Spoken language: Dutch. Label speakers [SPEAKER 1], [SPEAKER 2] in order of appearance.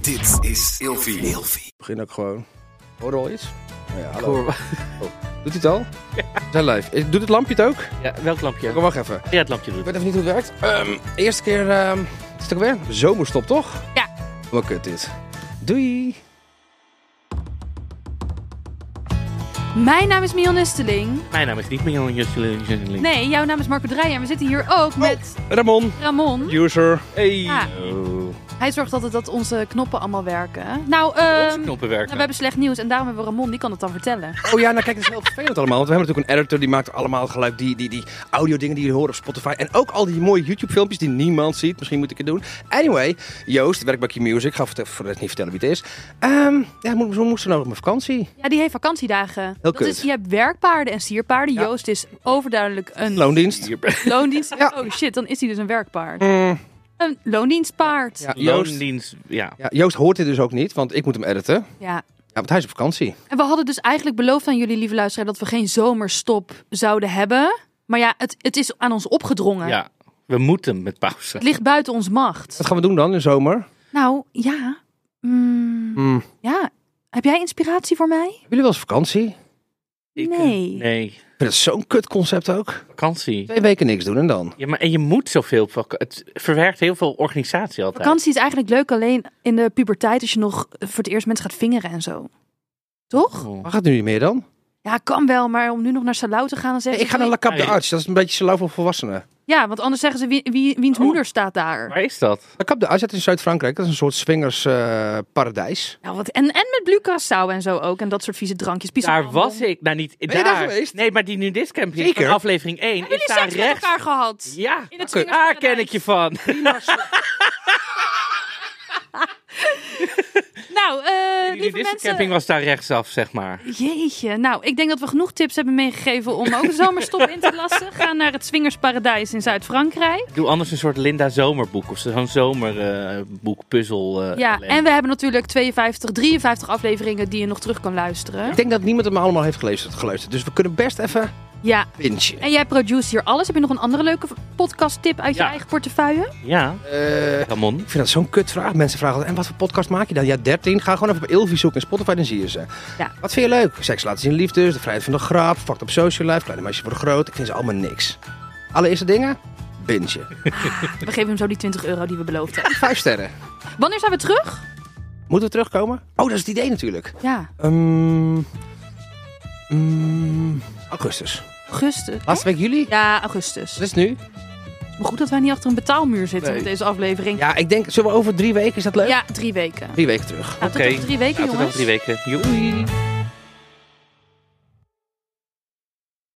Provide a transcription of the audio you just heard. [SPEAKER 1] Dit is Ilfie.
[SPEAKER 2] begin ook gewoon. Hoor al iets? Nou ja,
[SPEAKER 3] Ik
[SPEAKER 2] hallo.
[SPEAKER 3] hoor-
[SPEAKER 2] Doet hij het al? We Zijn live. Eh, Doet het lampje het ook?
[SPEAKER 3] Ja, welk lampje?
[SPEAKER 2] Kom, wacht even.
[SPEAKER 3] Ja, het lampje doet
[SPEAKER 2] Ik
[SPEAKER 3] het.
[SPEAKER 2] weet even niet hoe het werkt. Ehm, eerste keer, ehm is het ook weer? Zomerstop, toch?
[SPEAKER 3] Ja.
[SPEAKER 2] Wat kut dit. Doei.
[SPEAKER 4] Mijn naam is Mion Nusteling.
[SPEAKER 3] Mijn naam is niet Milan Justelin.
[SPEAKER 4] Nee, jouw naam is Marco Dreyer. En we zitten hier ook met
[SPEAKER 2] Ramon.
[SPEAKER 4] Ramon.
[SPEAKER 2] User. Hey.
[SPEAKER 4] Ja.
[SPEAKER 2] Oh.
[SPEAKER 4] Hij zorgt altijd dat onze knoppen allemaal werken. Nou, ehm, nou,
[SPEAKER 3] knoppen
[SPEAKER 4] we
[SPEAKER 3] werken.
[SPEAKER 4] hebben slecht nieuws en daarom hebben we Ramon. Die kan het dan vertellen.
[SPEAKER 2] Oh ja, nou kijk, het is heel vervelend allemaal. Want we hebben natuurlijk een editor die maakt allemaal geluid. Die, die, die audio dingen die jullie horen op Spotify. En ook al die mooie YouTube filmpjes die niemand ziet. Misschien moet ik het doen. Anyway, Joost, werkt bij Q Music. Ga voor voor het niet vertellen wie het is. Ehm ja, mo- zo moest ze nog op mijn vakantie.
[SPEAKER 4] Ja, die heeft vakantiedagen. dat
[SPEAKER 2] kut.
[SPEAKER 4] is, je hebt werkpaarden en sierpaarden.
[SPEAKER 2] Ja.
[SPEAKER 4] Joost is overduidelijk een
[SPEAKER 2] Loondienst.
[SPEAKER 4] loondienst.
[SPEAKER 2] Ja.
[SPEAKER 4] Oh shit, dan is hij dus een werkpaard.
[SPEAKER 2] Mm,
[SPEAKER 4] Een loondienstpaard. Ja.
[SPEAKER 2] ja, Joost,
[SPEAKER 3] Loondienst, ja.
[SPEAKER 2] ja, Joost hoort dit dus ook niet, want ik moet hem editen. Ja, want hij is op vakantie.
[SPEAKER 4] En we hadden dus eigenlijk beloofd aan jullie, lieve luisteraar, dat we geen zomerstop zouden hebben. Maar ja, het, het is aan ons opgedrongen.
[SPEAKER 3] Ja, we moeten met pauze.
[SPEAKER 4] Het ligt buiten ons macht.
[SPEAKER 2] Wat gaan we doen dan in de zomer?
[SPEAKER 4] Nou, ja. Mm,
[SPEAKER 2] Hmm.
[SPEAKER 4] ja. Heb jij inspiratie voor mij?
[SPEAKER 2] Hebben jullie wel eens vakantie?
[SPEAKER 3] Ik, eh,
[SPEAKER 4] nee.
[SPEAKER 3] Nee,
[SPEAKER 2] Ik vind het zo'n kut concept ook.
[SPEAKER 3] vakantie.
[SPEAKER 2] Twee weken niks doen en dan.
[SPEAKER 3] Ja, maar en je moet zoveel... vak- Het verwerkt heel veel organisatie altijd.
[SPEAKER 4] Vakantie is eigenlijk leuk alleen in de puberteit als je nog voor het eerst mensen gaat vingeren en zo. Toch?
[SPEAKER 3] Oh.
[SPEAKER 2] Waar gaat het nu niet meer dan?
[SPEAKER 4] Ja, kan wel, maar om nu nog naar Salau te gaan en zeggen
[SPEAKER 2] ik ga naar La Cap de
[SPEAKER 3] Nee.
[SPEAKER 2] Arts. Dat is een beetje salou voor volwassenen.
[SPEAKER 4] Ja, want anders zeggen ze wie, wie, wiens
[SPEAKER 3] Oh.
[SPEAKER 4] moeder staat daar.
[SPEAKER 3] Waar is dat?
[SPEAKER 2] La Cap de Arts dat is in Zuid-Frankrijk. Dat is een soort eh, swingersparadijs.
[SPEAKER 4] Nou, wat, en, en met Blue Curaçao en zo ook en dat soort vieze drankjes.
[SPEAKER 3] Daar was ik. Nou, niet
[SPEAKER 2] je daar geweest?
[SPEAKER 3] Nee, maar die nudistcamp hier
[SPEAKER 2] Zeker.
[SPEAKER 3] van aflevering 1
[SPEAKER 4] Hebben
[SPEAKER 3] is
[SPEAKER 4] jullie
[SPEAKER 3] daar
[SPEAKER 4] seks met
[SPEAKER 3] rechts.
[SPEAKER 4] elkaar gehad?
[SPEAKER 3] Ja,
[SPEAKER 4] In het
[SPEAKER 2] Oké.
[SPEAKER 4] swingersparadijs.
[SPEAKER 3] daar ken ik je van.
[SPEAKER 4] Nou, eh
[SPEAKER 3] Die
[SPEAKER 4] lieve
[SPEAKER 3] nudistcamping
[SPEAKER 4] mensen.
[SPEAKER 3] was daar rechtsaf, zeg maar.
[SPEAKER 4] Jeetje, nou, ik denk dat we genoeg tips hebben meegegeven om ook een zomerstop in te lassen. Ga naar het swingersparadijs in Zuid-Frankrijk.
[SPEAKER 3] Doe anders een soort Linda Zomerboek of zo'n zomerboek, puzzel. eh,
[SPEAKER 4] Ja,
[SPEAKER 3] ellende.
[SPEAKER 4] en we hebben natuurlijk 52, 53 afleveringen die je nog terug kan luisteren.
[SPEAKER 2] Ik denk dat niemand hem allemaal heeft geluisterd. geluisterd. Dus we kunnen best even
[SPEAKER 4] Ja,
[SPEAKER 2] pinchen.
[SPEAKER 4] en jij produce hier alles. Heb je nog een andere leuke podcast tip uit
[SPEAKER 3] Ja.
[SPEAKER 4] je eigen portefeuille?
[SPEAKER 3] Ja,
[SPEAKER 2] Eh,
[SPEAKER 3] Ramon.
[SPEAKER 2] ik vind dat zo'n kutvraag. Mensen vragen altijd, en wat voor podcast maak je dan? Ja, 13. Ga gewoon even op Ilvi zoeken en Spotify, dan zie je ze.
[SPEAKER 4] Ja.
[SPEAKER 2] Wat vind je leuk? Seks laten zien, liefdes, de vrijheid van de grap, fucked op social life, kleine meisje voor de groot. Ik vind ze allemaal niks. Allereerste dingen? Bintje.
[SPEAKER 4] We geven hem zo die 20 euro die we beloofd hebben.
[SPEAKER 2] Vijf sterren.
[SPEAKER 4] Wanneer zijn we terug?
[SPEAKER 2] Moeten we terugkomen? Oh, dat is het idee natuurlijk.
[SPEAKER 4] Ja,
[SPEAKER 2] Ehm, mm, augustus.
[SPEAKER 4] augustus.
[SPEAKER 2] Laatste week juli?
[SPEAKER 4] Ja, augustus.
[SPEAKER 2] Dat is nu.
[SPEAKER 4] Maar goed dat wij niet achter een betaalmuur zitten
[SPEAKER 3] Nee.
[SPEAKER 4] met deze aflevering.
[SPEAKER 2] Ja, ik denk, zullen we over drie weken, is dat leuk?
[SPEAKER 4] Ja, drie weken.
[SPEAKER 2] Drie weken terug.
[SPEAKER 4] Nou,
[SPEAKER 3] Oké.
[SPEAKER 4] tot over drie weken,
[SPEAKER 3] Ja, tot
[SPEAKER 4] jongens.
[SPEAKER 3] over drie weken. Joep.